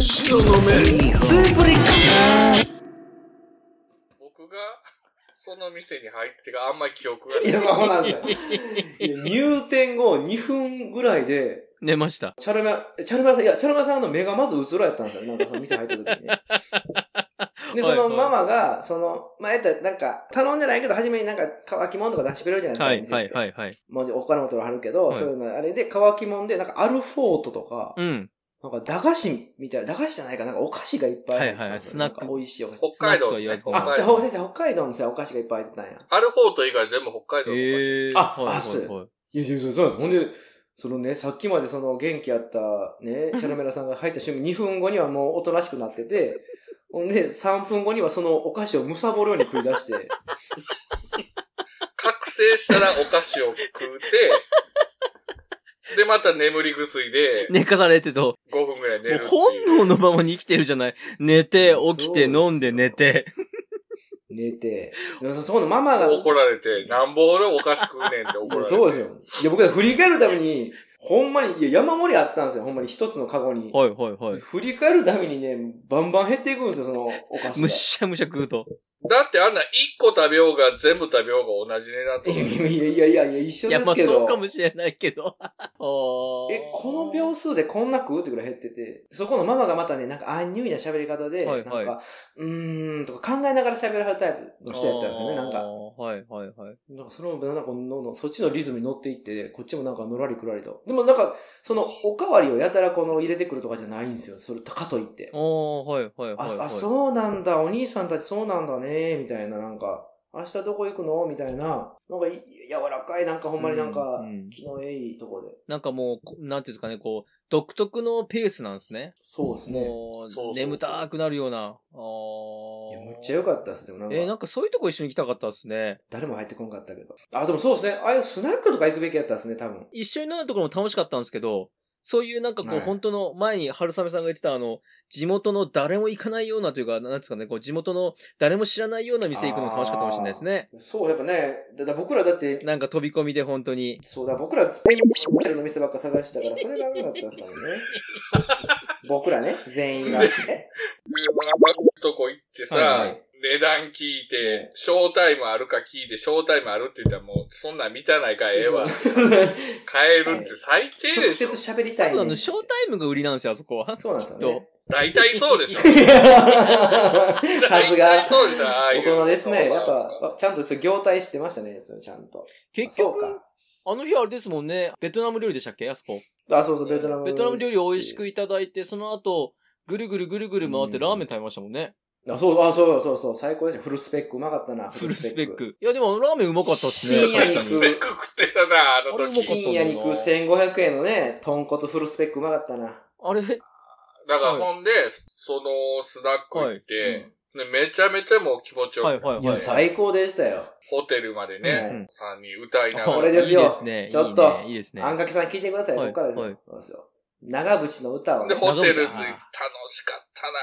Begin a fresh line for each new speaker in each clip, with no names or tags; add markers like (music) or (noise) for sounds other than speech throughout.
スを飲め
スープリックス
僕がその店に入ってがあんまり記憶がないい
や、そうなんですよ。いや入店後2分ぐらいで、
寝ました。
チャルメラ、チャルメラさん、いや、チャルメラさんの目がまずうつろやったんですよ。なんかその店入った時に
(laughs)
ね。で、そのママが、その、前やったらなんか、頼んでないけど、初めになんか乾き物とか出してくれるじゃな
はい
で
い、
すか。。
はい、はいい、はい。
もうお金も取らはるけど、
はい
そういうの、あれで乾き物で、なんかアルフォートとか、
うん。
なんか駄菓子みたいな、駄菓子じゃないかな、なんかお菓子がいっぱい入ってたんですよ
はいはいは
な
い
んか美味しいお菓子。
北海道ね、
スナッ
あ、
北
クとは言わ
海
で、
道。
ほ先生、北海道のさ、お菓子がいっぱい入ってたんや。
アルフォート以外全部北海道のお菓子。
え
あ
はい
あそう
はいはい
いや、いやそうそうなんですほんで、そのね、さっきまでその元気やったね、チャラメラさんが入った瞬間、2分後にはもうおとなしくなって
(laughs)
て、ほんで、3分後にはそのお菓子をむさぼるように食い出して、
(laughs)
覚醒したらお菓子を食うて、で、また眠り薬で
寝かされてと、
5分ぐらい寝る
もう
っていう。
本能のままに生きてるじゃない。寝て、起きて、
そうですよ
飲んで、寝て。
寝て、でもさそこのママが、
怒られて、なんぼ俺お菓子食うねんって怒ら
い
れ
や
て。
(laughs) そうですよ。いや、僕ら振り返るために、ほんまに、いや、山盛りあったんですよ、ほんまに一つのカゴに。
はい、はい、はい。
振り返るためにね、バンバン減っていくんですよ、そのお菓子が。
むしゃむしゃ食うと。
だってあんな1個食べようが全部食べようが同じ値段と
い
か
やいやいやいやいや、一緒
い
で
や、ますあ
けど。
そうかもしれないけど。 (laughs) おー
え、この秒数でこんな食うってぐらい減ってて、そこのママがまたね、なんか、あんにゅいな喋り方で、
はいはい
なんか、うーんとか考えながら喋るタイプの人やったんですよね、なん
あ
か。
ーはい、はい、はい。
なんかそれもなんかこのどんどんそっちのリズムに乗っていって、こっちもなんかのらりくらりと。でもなんか、その、おかわりをやたらこの入れてくるとかじゃないんですよ、それ、かといって。
おー、はい、はい、
あ、
はい。
あ、そうなんだ、お兄さんたちそうなんだね、みたいな、なんか、明日どこ行くのみたいな、なんかい、柔らかい、なんかほんまになんか
う、ん
気のえいとこで。
なんかもうこ、なんていうんですかね、こう、独特のペースなんですね。
そうですね。
そ
も
うそう
う、眠たくなるような。
い
あ
や、
ー
むっちゃ良かったです。でもなんか、
えーなんかそういうとこ一緒に行きたかったですね。
誰も入ってこんかったけど。あ、でもそうですね。ああいうスナックとか行くべきやったですね、多分。
一緒になるところも楽しかったんですけど、そういうなんかこ
は
う、
い
本当の、前に春雨さんが言ってた、あの、地元の誰も行かないようなというか、なんですかね、こう、地元の誰も知らないような店行くのも楽しかったかもしれないですね。
そう、やっぱね、だだ僕らだって、
なんか飛び込みで本当に。
そうだ、僕ら、ホテルの店ばっか探してたから、それがなかったです
(laughs)
もんね。僕らね、全員が。え
とこ行ってさ、
はいはい
値段聞いて、ショータイムあるか聞いて、ショータイムあるって言ったらもう、そんなん見たないからえ
(laughs)
えわ。買えるって最低
直
でし
接
ょ。
喋り
多
たい、
分あの、
ね。
ショータイムが売りなんですよ、あそこは。
そうなんですよね。
大体そうでしょ。
い (laughs) やさす
大
が
体。そうでしょ、ああいう
大人ですね。
の
やっ
は
ぱ、ちゃんとそう業態してましたね、それちゃんと。
(laughs) 結
そう
局、
か。
あの日あれですもんね、ベトナム料理でしたっけあそこ。
あ、そうそう、ベトナム。
ベトナム料理を美味しくいただいて、その後、ぐるぐるぐるぐる回っ
う
て
ん
ラーメン食べましたもんね。
あ、そう、あ、そうそうそう、最高でした。フルスペック、うまかったな。
フルスペッ。ク。いや、でもあのラーメンうまかったっすね。
深夜に
確か
スペック食ってたな、あの
あれも
時。
深夜に食う1500円のね、豚骨フルスペックうまかったな。
あれ
だから
はい
ほんで、そのスナック行って、
はい
でめちゃめちゃもう気持ちよく、
はいはい
い
は
や、
い。
最高でしたよ。
ホテルまで
う
ね、
ん
さんに歌いながら。
これですよ
いいですね。
ちょっと
いいねいいですね。
あんかけさん聞いてください。こ
はい
こからです
は
よ
い。
そうですよ。長渕の歌をね。
で、ホテル着いて、楽
長渕さん
しかったな、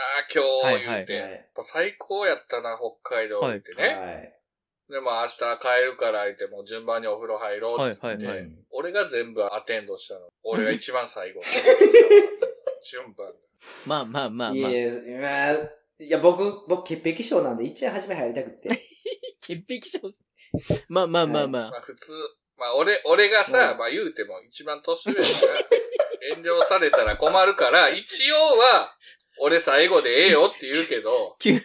今日、言うて。
は
やっぱ最高やったな、北海道行ってね。
はい。はい。
で、まあ明日帰るから言って、もう順番にお風呂入ろうって言って、
はいは
う
い
ん
俺が全部アテンドしたの。俺が一番
(laughs)
最後。順番。
まあまあまあ
い
ま
や
あ。
いや、まあいや、僕、僕、潔癖症なんで、一番初め入りたくて。
潔癖症。まあまあまあま
ま
(laughs) あ。
あ普通、まあ俺、俺がさ、
うん
まあ言うても一番年上だから、遠慮されたら困るから、一応は、俺最後でええよって言うけ
(laughs)
ど、
急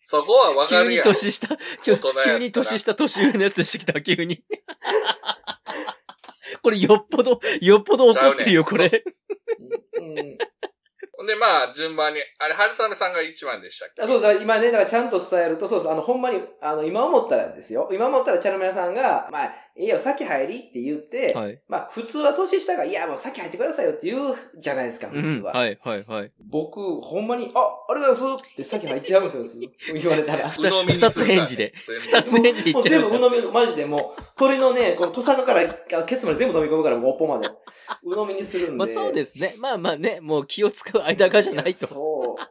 そこはわか
急
る
に
やん。
年下、
大人
急
やったら
急に年下年上のやつでしてきた、急に。 (laughs) これよっぽど、よっぽど怒ってるよ、
ちゃ
こ
うね
れ。
うん。
ほんでまあ順番に、あれ、春雨さんが一番でしたっけ
あそうだ、今ね、だからちゃんと伝えると、そうそう、あの、ほんまに、あの、今思ったらですよ。今思ったら、チャルメラさんが、まあ、いいよ、先入りって言って、
はい。
まあ、普通は年下が、いや、もう先入ってくださいよって言うじゃないですか、
う
普通
ん。
は。
はいはいはい。
僕、ほんまに、あ、ありがとうございますって先入っちゃうんですよ、
(laughs)
言われたら。
鵜呑みにするから
二つ返事で。
全部
二つ目で言
も
っ
う
ちゃい
全
ま
部鵜
し
呑
た。
み、マジでもう、鳥のね、このトサカから、あケツまで全部飲み込むから、もうおっぽまで。鵜呑みにするんで。。
まあ (laughs) そうですすね。まあまあね、もう気を使う間がじゃないと。
そう。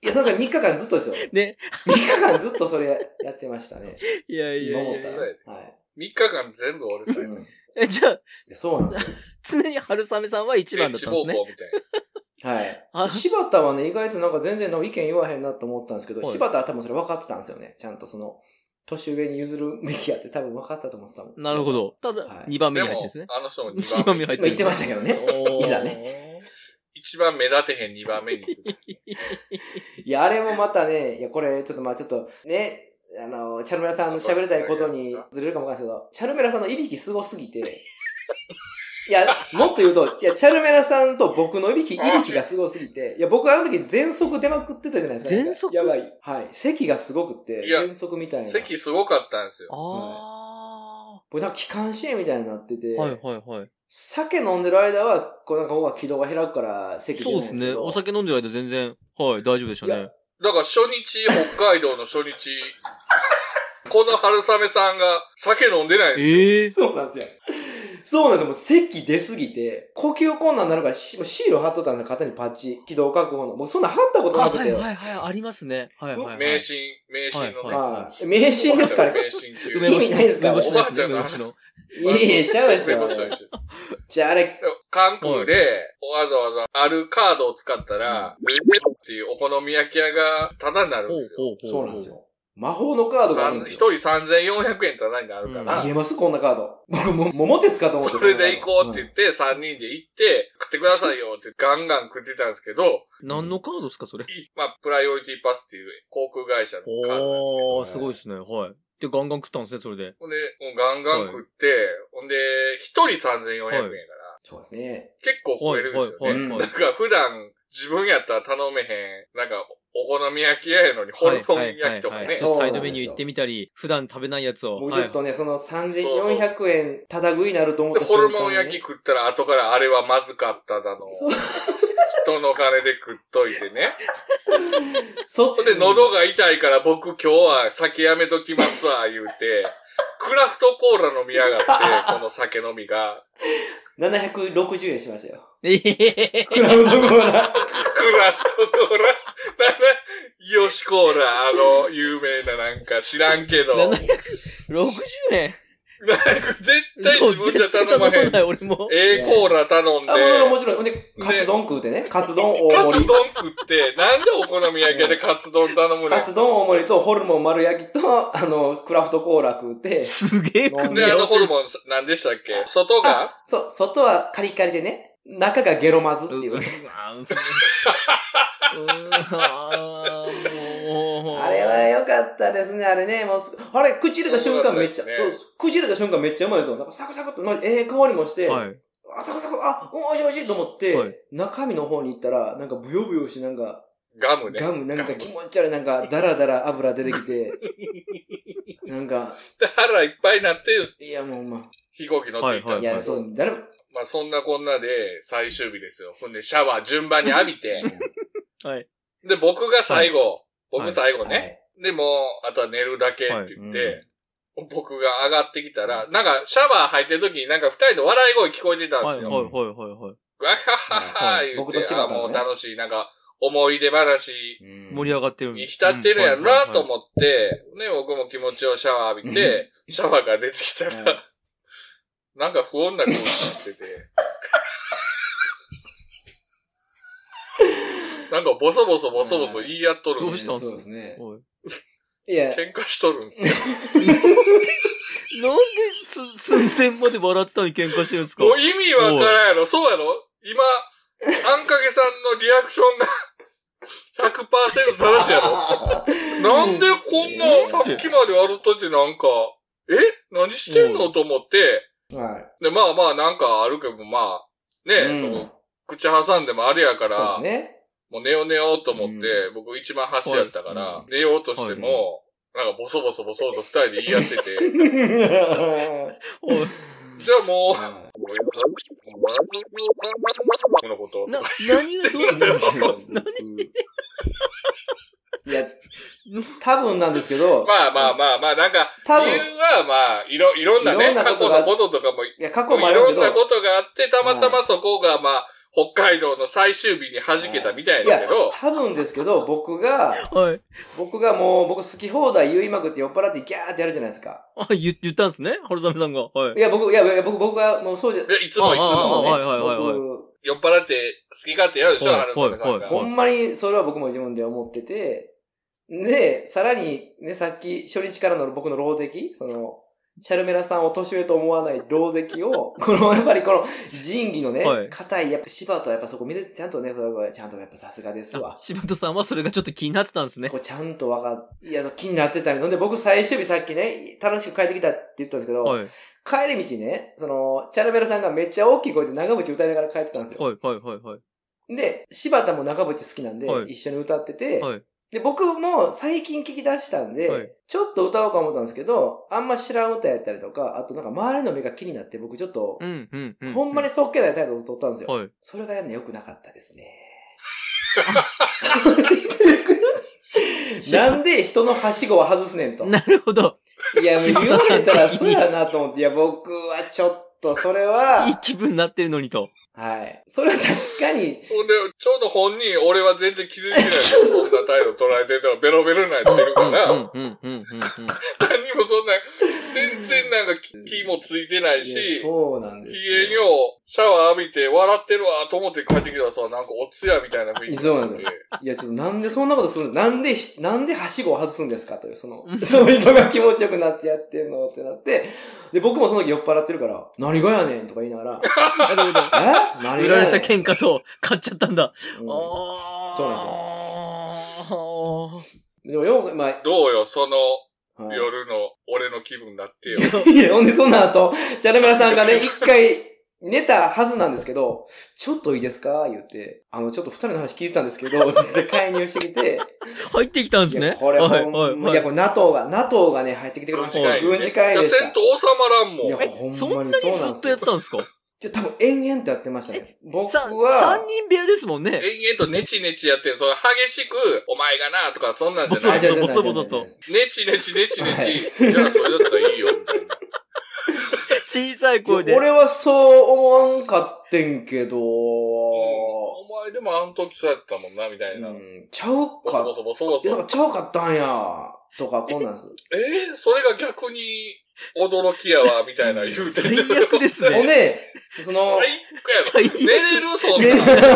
いや、それから3日間ずっとですよ。
ね。
3日間ずっとそれやってましたね。
いやいや
今思
いや
っ
い
た
や
ら。はい。
3日間全部俺最後。
うん
え、じゃあ、
そうなんですよ。
常に春雨さんは一番だったんです
電池
ね。
暴行みたいな。
はい。
あ
柴田はね、意外となんか全然なんか意見言わへんなと思ったんですけど、
はい
柴田は多分それ分かってたんですよね。ちゃんとその、年上に譲るべきやって多分分かったと思ってたもん。
なるほど。ただ、
はい
2番目
で
に入ってるん
も
ですね、。
あの人も
2
2
番
番
目
目。
に入っ
まあ
て
言ってましたけどね。
おー
いざ
ね。
一番目立てへん2番目に行く。
いや、あれもまたね、いや、これ、ちょっとまあちょっと、ね、あの、チャルメラさんの喋りたいことにずれるかもわかんないですけど、チャルメラさんのいびきすごす
(laughs)
ぎて、いや、もっと言うと、いや、チャルメラさんと僕のいびき、いびきがすごすぎて、いや、僕あの時全息出まくってたじゃないですか。
喘息
やばい。はい。咳がすごくって、
いや
全息みたいな。
席すごかったんですよ。
あ
僕なんか気管支炎みたいになってて、
あ。はいはいはい。軌
酒飲んでる間は、こうなんか僕は気道が開くから咳出
そう
ないんで
で
す
す
けど。
ね。お酒飲んでる間全然、はい、大丈夫でした
い
ね
や。
だから初日、北海道の初日、 (laughs) この春雨さんが酒飲んでないんですよ。
ええ
そうなんですよ。そうなんですよ。もう咳出すぎて、呼吸困難になるからしもうシール貼っとったんですよ。肩にパッチ。気道確保の。もうそんなん貼ったことな
あ
く
はい
て。
はいはい、ありますね。はいはい、はい。
迷信、迷信のね。
はい
はい。迷信ですから。
迷信級。
梅干し意味ないですか
梅干しの
お
やつね
ばあちゃんが
梅干しの。
いやいや、ちゃうでし
梅
ょ
(laughs) 干。しと一緒
じゃああれ、
韓国で、わざわざあるカードを使ったら、っていうお好み焼き屋がタダになるんですよ。
ほう
そう
ほうほ
う
ほ
な
うん
ですよ。魔法のカードがあるん
三
で
一
すよ。
人3400円タダになるか
うん
あ
ら
り、えますこんなカード。僕も、ももてつかと思って
そ
た
れで行こうって
ん
言って、3人で行って、食ってくださいよってガンガン食ってたんですけど、
何のカードですか、それ。
いまあ、プライオリティパスっていう航空会社のカードなんですけど、
おー、
ですすけど
ごいですね。はい。で、ガンガン食ったんですね、それで。
ほんで、もうガンガン食って、ほんで、1人3400円やから、
そうですね。
結構超
は
え
い、
るん
は
ですよね。
い、はい、は
ないん。か普段自分やったら頼めへん、なんかお好み焼き屋やのにホルモン焼きとか
はいは
ね
いはい。
そう
サ
な
イ
んですよ
ドメニュー行ってみたり、普段食べないやつを。
僕ちょっとね、その
そうそう
3400円、ただ食いになると思っ
で、
た
ホ
瞬間
ル
にね
モン焼き食ったら後からあれはまずかっただの。
そう
人の金で食っといてね。
そ
ほんで、喉が痛いから僕今日は酒やめときますわ、言うて。クラフトコーラ飲みやが
(laughs)
って、その酒飲みが。
760円しましたよ。
はい。 (laughs) え
クラウドコーラ。
クラフトコーラ、なんだ、よしコーラ、あの、有名ななんか知らんけど。
ー
なんか
760円
絶対自分じゃ頼ま
そう
へ
絶対頼
ん
ない、。俺
(laughs)
も。
ええコーラ頼んで
あ、も、ちろん、もちろん。ほんで、カツ丼食うてね。カツ丼大
カ
盛
ツ
り。
丼食って、なんでお好み焼き屋でカツ丼頼むねん。
カツ丼大盛りと、ホルモン丸焼きと、あの、クラフトコーラ食うて、
すげえ組み
で、
合
あ
わ
の
せ
ホルモン、何でしたっけ外が
そう、外はカリカリでね、中がゲロまずっていうう。
わうんうんあーもう
あれは良かったですね、あれね。もうすあれ、口入れた瞬間めっちゃ、
良かったです
そう口入れた瞬間めっちゃうまいですよ。なんかサクサクっと、なんかええ香りもして、
はい。
あ、サクサク、あ、おいしいおいしいと思って、
はい
中身の方に行ったら、なんかブヨブヨし、なんか、
ガムね。
ガム、なんか気持ち悪い、なんか、ダラダラ油出てき
(laughs)
て、なんか、
で、腹いっぱいになって、
いや、もう、ま
飛行機乗っていった
あ、
ん
い
で
や、
すけ
そ
ど。
う、誰も、
まあ、そんなこんなで、最終日ですよ。ほんで、シャワー順番に浴びて。
はい。
で、僕が最後。
い
僕最後
は
ね。
い
で、もう、あとは寝るだけって言っ
は
て、僕が上がってきたら、なんか、シャワー入ってる時になんか二人の笑い声聞こえてたんで
はい、はい、
すよ。
はい、はい。
わははは
はい
言うて、
僕と柴田のね
あもう楽しい、なんか、思い出話
盛り上がってる。
に浸ってるんやろなと
っ
思って、ね、僕も気持ちをシャワー浴びて、シャワーが出てきた
は
ら、なんか不穏な空気になってて。なんかボソボソボソボソ言い合っとる
ど
ん
う
で
ししたんすか
そうですね。
はい
い
(laughs)
や、
喧嘩しとるんですよ。
て。なんです、寸前まで笑ってたのに喧嘩してるんですか
もう意味わからんやろ。そうやろ今、あんかけさんのリアクシ
(laughs)
ョンが100%正しいやろ。なんでこんなさっきまで笑っとってなんか、え何してんのと思って、
はい。
で、まあまあなんかあるけど、まあ、ね、
うん
その、口挟んでもあれやから、
そうですね。
もう寝よう寝ようと思って、僕一番端やったから、
は
寝ようとしても、なんかボソボソボソと二人で言い合ってて、
(laughs)
おい
じゃあ
(laughs)
もう、
は
このこと。
な、何をどうしたんですか
いいや、多分なんですけど、
(laughs) まあまあまあまあ、なんか、
多分
理由はまあ、いろ、いろんなね、
いろんな
過
こと
去
が
のこととかも
いや、過去もあ
い
るんですけ
ろん
ど
な、ことがあって、たまたまそこが、まあ、北海道の最終日に弾けたみたい
い
だ
や
けど、、
多分ですけど、僕が、
はい。
僕がもう、僕好き放題言いまくって酔っ払ってギャーってやるじゃないですか。
あ、言言ったんですね。春雨さんが。はい (laughs)
い。や、僕、いや、いや僕、僕がもうそうじゃ、い
いやいつもいつ
ああああ
も。
はいはいはいはい
僕
酔っ払って好き勝手やるでしょ、
はい
春雨さん
は
が
い。
ほんまにそれは僕も自分で思ってて、で、さらにね、さっき初日からの僕の老石、その、シャルメラさんを年上と思わない老石
(laughs)
を、この、やっぱりこの仁義のね
はい、
硬、い、やっぱ柴田はやっぱそこ見て、ちゃんとね、それはちゃんとやっぱさすがです
あ
わ。
柴田さんはそれがちょっと気になってたんですね
こ。うちゃんとわかっ、いや、そう気になってたので、僕最終日さっきね、楽しく帰ってきたって言ったんですけど、
はい。はい
帰り道ね、その、チャルメラさんがめっちゃ大きい声で長渕歌いながら帰ってたんですよ。
はいはいはい。
で、柴田も長渕好きなんで、
はい
一緒に歌ってて、
はい
で、僕も最近聞き出したんで、
はい
ちょっと歌おうか思ったんですけど、あんま知らん歌やったりとか、あとなんか周りの目が気になって、僕ちょっと
う、んうんうん。
ほんまにそっけない態度を取ったんですよ。
はい。
それがやんの良くなかったです
(laughs)
ね。なんで人のはしごは外すねんと。
なるほど。
いや、もう
柴
言
田
わ
さん
れたら
的に
そうやなと思って、いや、僕はちょっと、それはい
い、気分になってるのにと。
はい。それは確かに、
ほんで、ちょうど本人、俺は全然気づいてないけど、そんな態度取られててもベロベロになってるから、
うんうんうんうんうん。
何にもそんな、全然なんか気もついてないし、
いやそうなんです
家にをシャワー浴びて笑ってるわと思って帰ってきたらさ、なんかおつやみたいな雰囲気
そうなん
で
だよ。いや、ちょっとなんでそんなことするんなんでひ、なんではしごを外すんですかという、その、 (laughs) その人が気持ちよくなってやってんのってなって、で、僕もその時酔っ払ってるから、何がやねんとか言いなが
(laughs)
ら、
なるほど。
え何
売
が
ら
やね
れ
ん
た喧嘩と買っちゃったんだ。
うん
ああ。
そうなん
ですよ。
でもよう、まあ、
どうよ、その
はい
夜の俺の気分になってよ。
いや、ほんで、その後、チャルメラさんがね、一回、寝たはずなんですけど、ちょっといいですか言って、あの、ちょっと二人の話聞いてたんですけど、絶対介入してきて、
入ってきたん
い
です
や、
ね。
これ
はい
ほ
は
ん
い
ま、い
は
や、
い。
これ NATO が、NATO がね、入ってきてくれましたよ。軍
軍
事
事
介
会
入
議
で
ね。
した
戦闘収まらん
いや、
も
ほんま
ん。
にそう
そ
なんん
な
で
に
す
ず
よ。
っとやってたんですか
いや多分延々とやってましたね。僕
さ
は
三、人部屋ですもんね。
延々とネチネチやってる。その激しく、お前がな、とか、そんなんじゃな
あ
い。
じゃあじゃあ
ボソボソ
じゃあ
と
ネチネチネチネチ。
はい
(laughs) じゃあ、それだったらいいよ、みたいな。
小さい
じゃあ
声
いや
で。
俺はそう思わんかってんけど、
お前でもあの時そうやったもんな、みたいうな。
ん、ちゃう
ボ
か
ソボソボソ
い
ボ
やなんか。ち
ソ
ゃうかったんや、とか、こんなんす。
えー、それが逆に驚きやわ、みたいな言うて
最悪ですね
ほんで、その、
(laughs) 最悪やろ。寝
最悪
れるそん
ね
な。気
全
持
然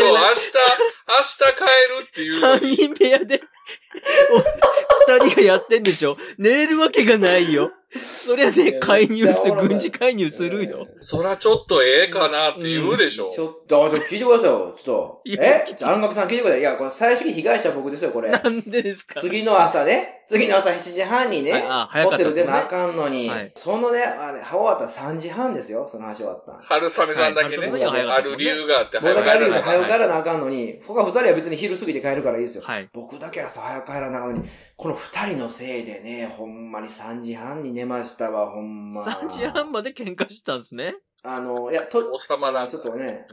(laughs)
を明日、明日帰るっていうの
三
に。
人部屋で、お二人がやってんでしょ寝れるわけがないよ。そりゃ
い
ね、
や
介入す
めっちゃお
る、
もろい
軍事介入するよ。
そらちょっとええかなって言うでしょ。
ちょっと、あちょっと聞いてくださいよ、ちょっと。
いや
え安楽さん聞いてください。いや、これ最終的に被害者は僕ですよ、これ。
なんでですか
次の朝ね、次の朝7時半にね、
はいあ早か
ホ
った
テ
で
ル
す
出
ね
なあかんのに、
はい
そのね、あれ、終わったら3時半ですよ、その話終わったん。
春雨さんだけね、
はい春雨さんだけは早
あ
かったです
る
もんね
理由があって、
僕
早
だ
く
け
帰
歩
ら
い
な
て
い。
早く帰らなあかんのに、他二人は別に昼過ぎて帰るからいいですよ。
はい。
僕だけ朝早く帰らなあかんのに、この二人のせいでね、ほんまに3時半に寝ましたわ、ほんま。
3時半まで喧嘩してたんですね。
あの、いや、と、
王様なん
ちょっ
か。
とね、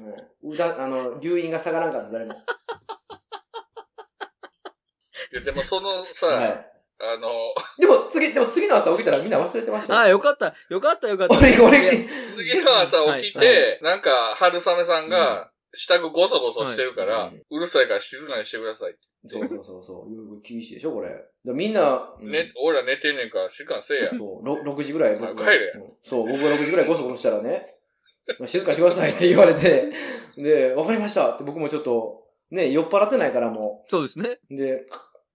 うん、うだ、あの、留飲が下がらんかった、誰も。
いやでもそのさ、
は
あの、 (laughs)
い。でも次、でも次の朝起きたらみんな忘れてましたよ。
ああ、よかった。よかったよかった。
俺、
い
俺
や、
次の朝起きて、
はいは
なんか、春雨さんが、下ごごそごそしてるから、
はいう
るさいから静かにしてくださいって。
そうそうそうそう。よく厳しいでしょ、これ。だからみんな、うん
ね、俺ら寝てんねんから静かにせえや。
(laughs) そう、ろ6時ぐらい僕が
帰れ
うんそう、僕が6時ぐらいごそごそしたらね、まあ静かにしてくださいって言われて、 (laughs) で、わかりましたって僕もちょっと、ね、酔っ払ってないからも
そうですね。
う。で、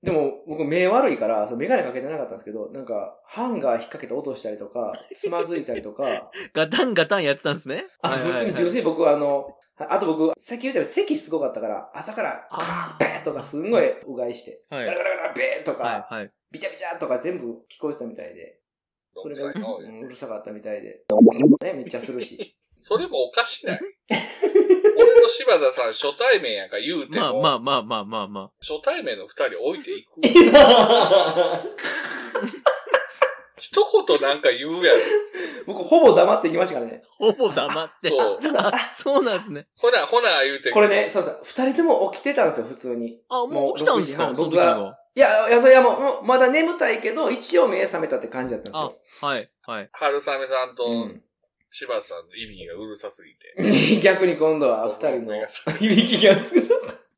でも僕目悪いから、そのメガネかけてなかったんですけど、なんか、ハンガー引っ掛けて落としたりとか、つまずいたりと
(laughs)
か、
ガタンガタンやってたんですね。
あと
は
普通
いはいはい
に純粋に僕はあの、あと僕、さっき言ったように咳すごかったから、朝から、カーン、ベーとかすんごいうがいして、
は
ガ
い
ラガラガラ、ベーとか、
はいはい。
ビチャビチャとか全部聞こえてたみたいで、それが
うるさいなおい
うんうるさかったみたい (laughs) で、ね、めっちゃするし。
それもおかしない。 (laughs) 俺と柴田さん初対面やんか言うて
まあ
も、
まあまあまあまあま
初対面の二人置いていく。一言なんか
(laughs)
言うやろ。
僕、ほぼ黙っていきましたからね
あ。。ほぼ黙って。
そう。
あ、 (laughs) そうなんですね。
ほな、ほな言うて。
これね、そうそう、二人とも起きてたんですよ、普通に。
あ、もう起きたんです
も
か
う
その
僕
時に
が
はい
や、いや、いやもうもう、まだ眠たいけど、一応目覚めたって感じだったんです
あ
よ。、
はい、はい。
春雨さん
う
と
ん (laughs)
柴田さんの意味がうるさすぎて。
逆に今度は二人の
(laughs) 僕がさ
響きがつく。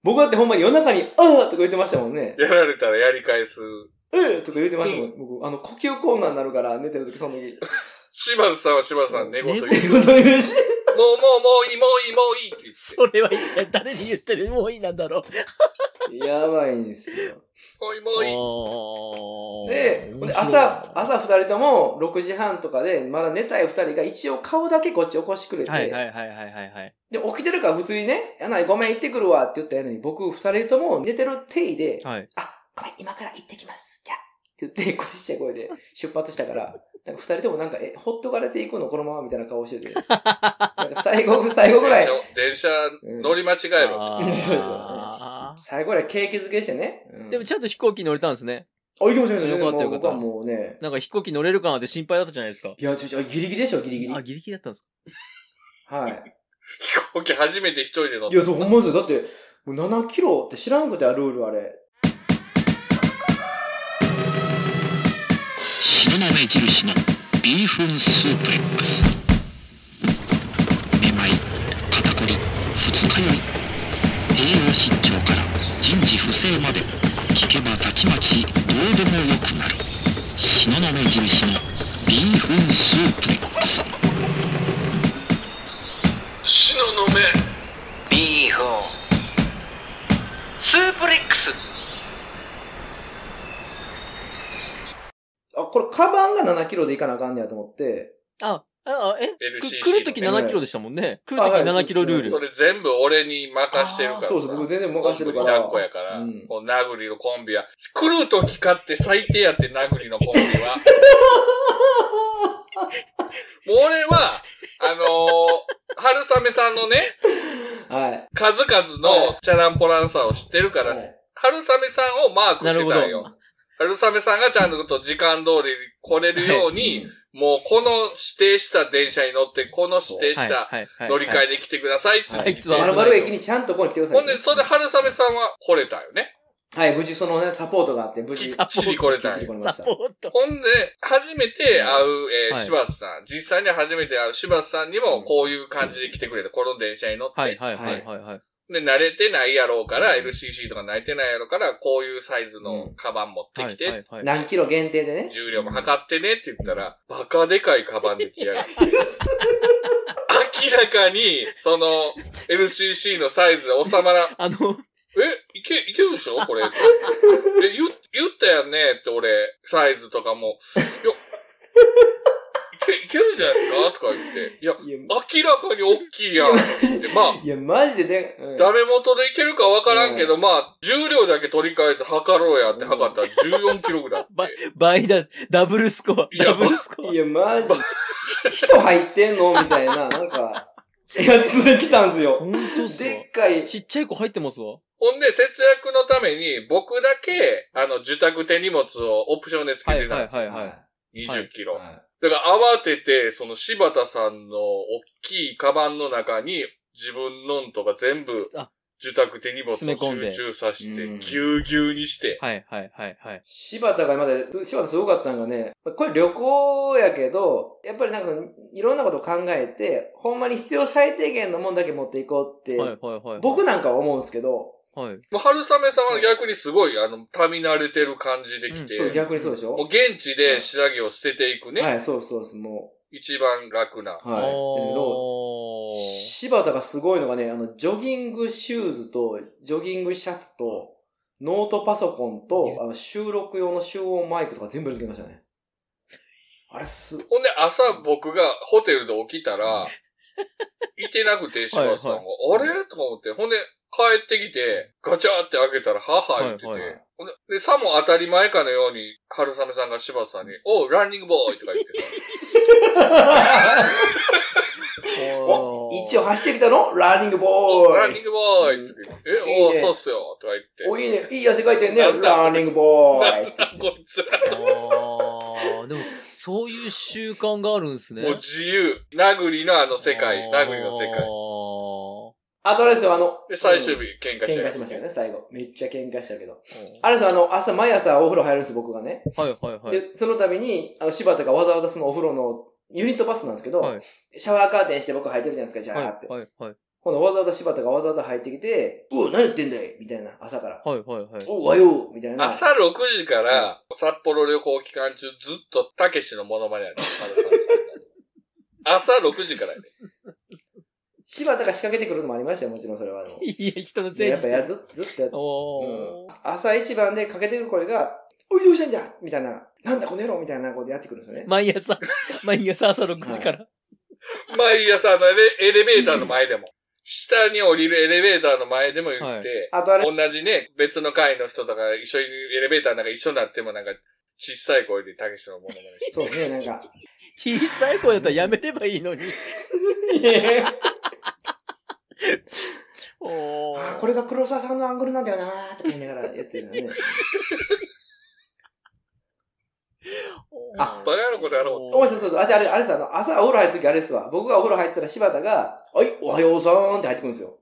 僕だってほんまに夜中に、あーとか言ってましたもんね。
やられたらやり返す。
えーとか言ってましたもん。僕、あの、呼吸困難になるから、寝てる時その時。 (laughs)
柴田さんは柴田さんの寝言言う。
寝言言うし。
もうもうもういい、もういい、もういいって言って。
それは一体誰に言ってるもういいなんだろう。
やばいんですよ。
もういい、もういい。
で、ほんで朝、、朝二人とも6時半とかで、まだ寝たい二人が一応顔だけこっち起こしてくれて、
はいはいはいはいはいはい。
で、起きてるから普通にね、やない、ごめん行ってくるわって言ったやのに、僕二人とも寝てる体で、
はい。
あ、ごめん、今から行ってきます。じゃあ。って言って、こっちっちゃい声で出発したから、なんか二人ともなんか、え、ほっとかれていくのこのままみたいな顔してて。なんか最後、最後ぐらい、
電車
うん
乗り間違えろ。
(laughs)
あ
そうそう
ー
最後ぐらい景気づけしてね。うん
でもちゃんと飛行機乗れたんですね。
あ、行きましょう、行
よ
き
か
ま
っ
しょ
た
う。
よかった
僕はもうね、
なんか飛行機乗れるかなって心配だったじゃないですか。
いや、ちょ、ちょ、ギリギリでしょ、ギリギリ。
あ、ギリギリだったんですか
はい。
飛行機初めて一人で乗っ
いや、そう、ほんまですよ。だって、もう7キロって知らんくて、ルールあれ。
渋鍋印のビーフンスープレックスめまい肩こり二日酔い栄養失調から人事不正まで聞けばたちまちどうでもよくなる東雲印のビーフンスープレックス
死のの目。
ビーフンスープレックス
あ、これ、カバンが7キロで行かなあかんねやと思って、
あ、あ、あえ
LCC
く来るとき
のね
7キロでしたもんね。来るとき
はい
7キロルー
そ
ル。
れ全部俺に任してるからさ。
そうそう、僕全然任してるから。
抱っこやから、
うん
こうナグリのコンビは、来るときかって最低やって、ナグリのコンビは。もう俺は、あのー春雨さんのね、
はい。
数々のチャランポランさを知ってるから、
はい
春雨さんをマーク
なる
し
ほ
て
ど。
たんよ。春雨さんがちゃんと時間通り来れるように、もうこの指定した電車に乗って、この指定した
はいはい
乗り換えで来てくださいって言ってきて、
はいはい
丸丸駅にちゃんとここに来てくださ
ほ
い
ん
ね。
で、それで春雨さんは惚れたよね。
はい、無事そのね、サポートがあって、無事、
きっ
サ
ちり来れたん
ポ
よ
ー。
サポート。
ほんで、初めて会う、えー
はい
柴田さん、実際に初めて会う柴田さんにも、こういう感じで来てくれて、この電車に乗って、
はいはいはいはいはい。
で、慣れてないやろうから、
うん
LCC とか慣れてないやろうから、こういうサイズ
う
の
ん
カバン持ってきて、
はいはいはい
何キロ限定でね。
重量も測ってねって言ったら、バカでかいカバンで来やがって。明らかに、その、LCC のサイズで収まらん。
あ
え、
の、
いけ、いけるで
(laughs)
しょこれ。え、言、言ったやんねって俺、サイズとかも。いや、いけ、いけるんじゃないですかとか言って。いや、
いや、
明らかに大きいやん。ってまあ、
いやマジでで、うん
ダメ元でいけるかわからんけど、まあ、重量だけ取り替えて測ろうやって測ったら14キロぐらいあ
(laughs)
って。
ば倍だ、ダブルスコア。
いや
ダブルスコ
いや、マジで、人入ってんのみたいな、なんか、やつで来たんす
ア。
よ。
本当っすわ
でっかい。
ちっちゃい子入ってますわ。
ほんで、節約のために、僕だけ、あの、受託手荷物をオプションで付
は
け
い
て
は
たん
い
です
は
よ。
いはい。
20キロ。
は
だから慌てて、その柴田さんの大きいカバンの中に、自分のんとか全部、
あ
受託手荷物を
詰め込んで
集中させ
う
て、
ん
ぎゅうぎゅうにして、
はいはいはいはい。
柴田が今まで、柴田すごかったんがね、これ旅行やけど、やっぱりなんか、いろんなことを考えて、ほんまに必要最低限のもんだけ持っていこうって、
はいはいはい。
僕なんかは思うんですけど、
はい。
もう春雨さんは逆にすごい、あの、たみ慣れてる感じできて、
えー
そう、逆にそうでしょ
もう現地で白毛を捨てていくね、
はい、そうそうです、も
一番楽な。
う。はい。だけど
おー
柴田がすごいのがね、あの、ジョギングシューズと、ジョギングシャツと、ノートパソコンと、あの収録用の集音マイクとか全部付けましたね。あれす、
ほんで朝僕がホテルで起きたら、いてなくて、柴田さんが、あれとか思って、ほんで帰ってきて、ガチャって開けたら、母言ってて、
はいはい
ほんでで、さも当たり前かのように、春雨さんが柴田さんに、おう、ランニングボーイとか言って
(laughs)
た。
お一応走ってきたのランニングボ
おうラン
ー
ニン
イ
グボーイって言って、え、お
い
う、
いね
そうっすよとか言って。
お、いいね、いい汗かいてんね、
なんだ
ランニングボ
な
ーイ
ん。だこいつら。
あーでも、そういう習慣があるんですね。
もう自由。ナグリのあの世界、ナグリの世
あ
界。
ー
あとあれですよ、あの、
で、最終
う
日
ん、
喧嘩し
喧
て
嘩しましたよね、最後。めっちゃ喧嘩したけど。
うん
あれですよ、あの、朝、毎朝お風呂入るんです、僕がね。
はいはいはい。
で、その度に、あの、柴田がわざわざそのお風呂のユニットバスなんですけど、
はい
シャワーカーテンして僕入ってるじゃないですか、じゃ
は
ー
い
って。
はいはい。
ほな、わざわざ柴田がわざわざ入ってきて、うわ、何やってんだいみたいな、朝から。
はいはいはい。
お、おはようみたいな。
朝6時から、札幌旅行期間中ずっとたけしのモノマネやねん。朝6時からやね。
柴田が仕掛けてくるのもありましたよ、もちろんそれは。でも
(laughs) いや、人のせいに
やっ
し
ぱ
て
やずずっとやっ
おー。
朝一番でかけてくる声が、おい、どうしたんじゃみたいな、なんだこの野郎みたいなことやってくるんですよね。
毎朝、 (laughs) 毎朝朝6時から。
毎朝のエレエレベーターの前でも。下に降りるエレベーターの前でも言って、
あとあれ、
同じね、別の階の人とか一緒にエレベーターなんか一緒になってもなんか、小さい声でたけしのものまねして。
そうですね、なんか。
小さい声だったらやめればいいのに。お
あ
ー
ーこれが黒沢さんのアングルなんだよなーとか言いながらやってるよね。
バカ野郎これやろ
お前そうそうそう、あれ、あれ、あれさ、あの朝お風呂入るときあれっすわ。僕がお風呂入ってたら柴田が、おい、おはようさーんって入ってくるんですよ。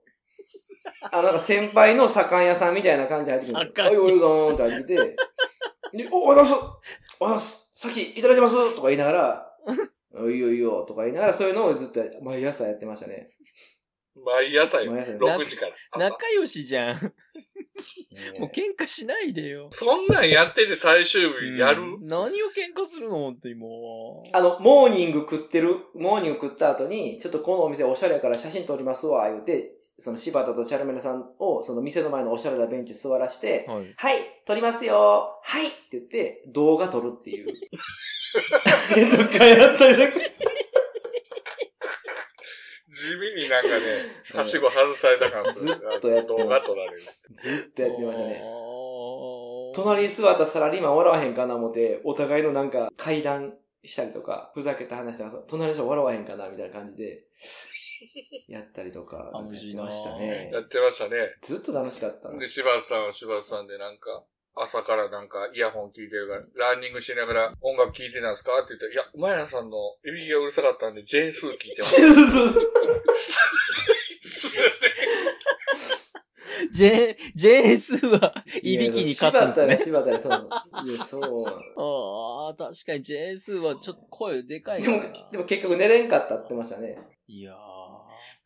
あ、なんか先輩の酒屋さんみたいな感じで入ってくるんですよ。おい、おはようさーんって入ってきて、でお、おはようございますおはようございますさっきいただいてますとか言いながら、おいいよいいよとか言いながら、そういうのをずっと毎朝やってましたね。
毎朝よ。
毎朝ね
6時から。朝
仲良しじゃん。もう
ね
喧嘩しないでよ。
そんなんやってて最終日やる、
うん何を喧嘩するの本当にもう。
あの、モーニング食ってる、モーニング食った後に、ちょっとこのお店おしゃれやから写真撮りますわ、言うて、その柴田とチャルメラさんを、その店の前のおしゃれなベンチ座らして、
はい。
はい、撮りますよはいって言って、動画撮るっていう。 (laughs) えとかやったりだけ。
地味になんかね、はしご外された感じ。
ずっとやってます
動画撮られる。
ずっとやってましたね。
おー
隣に座ったサラリーマン笑わへんかな思って、お互いのなんか会談したりとか、ふざけた話したら、隣の人笑わへんかなみたいな感じで、やったりとか、や
楽し
っ
い
て
なぁ
ましたね
や。ってましたね。
ずっと楽しかったな。
で、柴田さんは柴田さんでなんか、朝からなんかイヤホン聞いてるから、ランニングしながら音楽聞いてたんですかって言ったら、いや、マヤさんのエビギがうるさかったんで、ジェーンスー聞いて
(laughs)
ます。
ジェーン、ジェーンスーは、いびきに勝つんですね。
柴田や柴田やそう。いや、そう。
ああ、確かにジェーンスーはちょっと声でかい
で
な。
も、 (laughs) でも結局寝れんかったって言ってましたね。
いや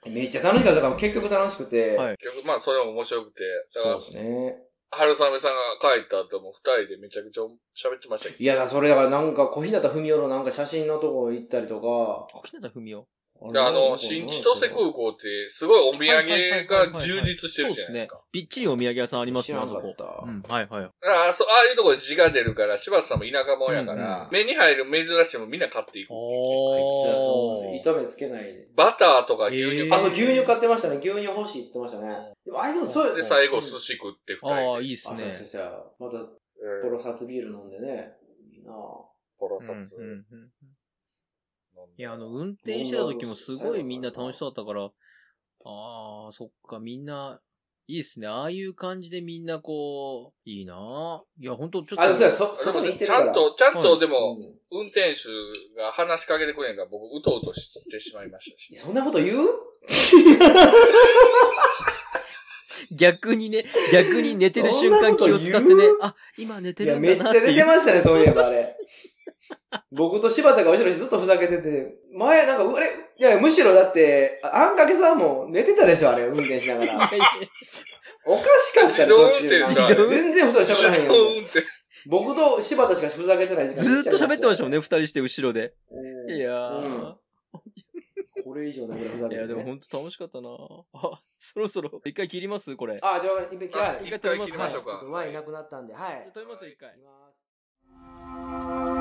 ー。
めっちゃ楽しかったから、結局楽しくて。
はい
結局、まあ、それも面白くて。だか
そう
ら
で、すね。
春雨さんが帰った後も二人でめちゃくちゃ喋ってましたけ
いやだ、それだからなんか小日向文世のなんか写真のとこ行ったりとか。
沖縄文夫。
ど。で、あの、新千歳空港って、すごいお土
はいはいはいはい
産
は
が
い
充実してるじゃないですか
そう。びっちりお土産屋さんあります
知
ね、
ら
あ
なか
そ
った
こ。うん、はいはい。
ああ、そう、ああいうところで字が出るから、柴田さんも田舎もんやから、目に入る珍しいもんみんな買っていく。
あいつはそうなんです
お
よ。糸目つけないで。
バターとか牛
へ
乳
ー
あ
買っ
の、牛乳買ってましたね。牛乳欲しいって言ってましたね。でも、あいつもそう
て、
よ
で、最後寿司食って二人で。
ああ、いいっす
あ、そう
ね。
そうそう。また、
うん
ポロサツビール飲んでね。いいなぁ。
ポロ
う
サ
ん
ツ
う
飲ん
んうん
で。
いや、あの、運転してた時もすごいみんな楽しそうだったから、ああ、そっか、みんな、いいっすね。ああいう感じでみんなこう、いいなぁいや、ほんとちょっと。
あ、でもそうや、そ、
でも
外に行ってる
ち
から。
ゃんと、ちゃんとで
う
も、
ん
運転手が話しかけてくれへんから、僕、うとうとしてしまいまし
(laughs)
たし。
そんなこと言う
逆にね、逆に寝てる
そ
瞬
んな
間
こと
気
言う
を使ってね、あ、今寝て
いや、
るん
め
だ
っち
な
ゃ
っていう。
出てましたね、そういえばあれ。僕と柴田が後ろにずっとふざけてて、前なんか、あれ、いや、むしろだって、ああんかけさんも寝てたでしょ、あれ、運転しながら。
(laughs) いやいや
おかしかったね、
自動運
途
転
中なんか
自動運転
全然二人喋らへんよ。
運転。
僕と柴田しかふざけてない時間
(laughs) ずーっと喋ってましたもんね、二人して後ろで。
うん。
いや
うん
ー。
これ以上のぐらいふざけ
い
て、ね。
や、でもほんと楽しかったなあ、そろそろ、一回切りますこれ。
あ、じゃあ、一匹、はい。
一
一回
回
取り
切
ま
はい
りま
す
し
ち
ょ
ょ
う
っ
か。
と前いなくなったんで、はい。
止めますよ、一回。
いきます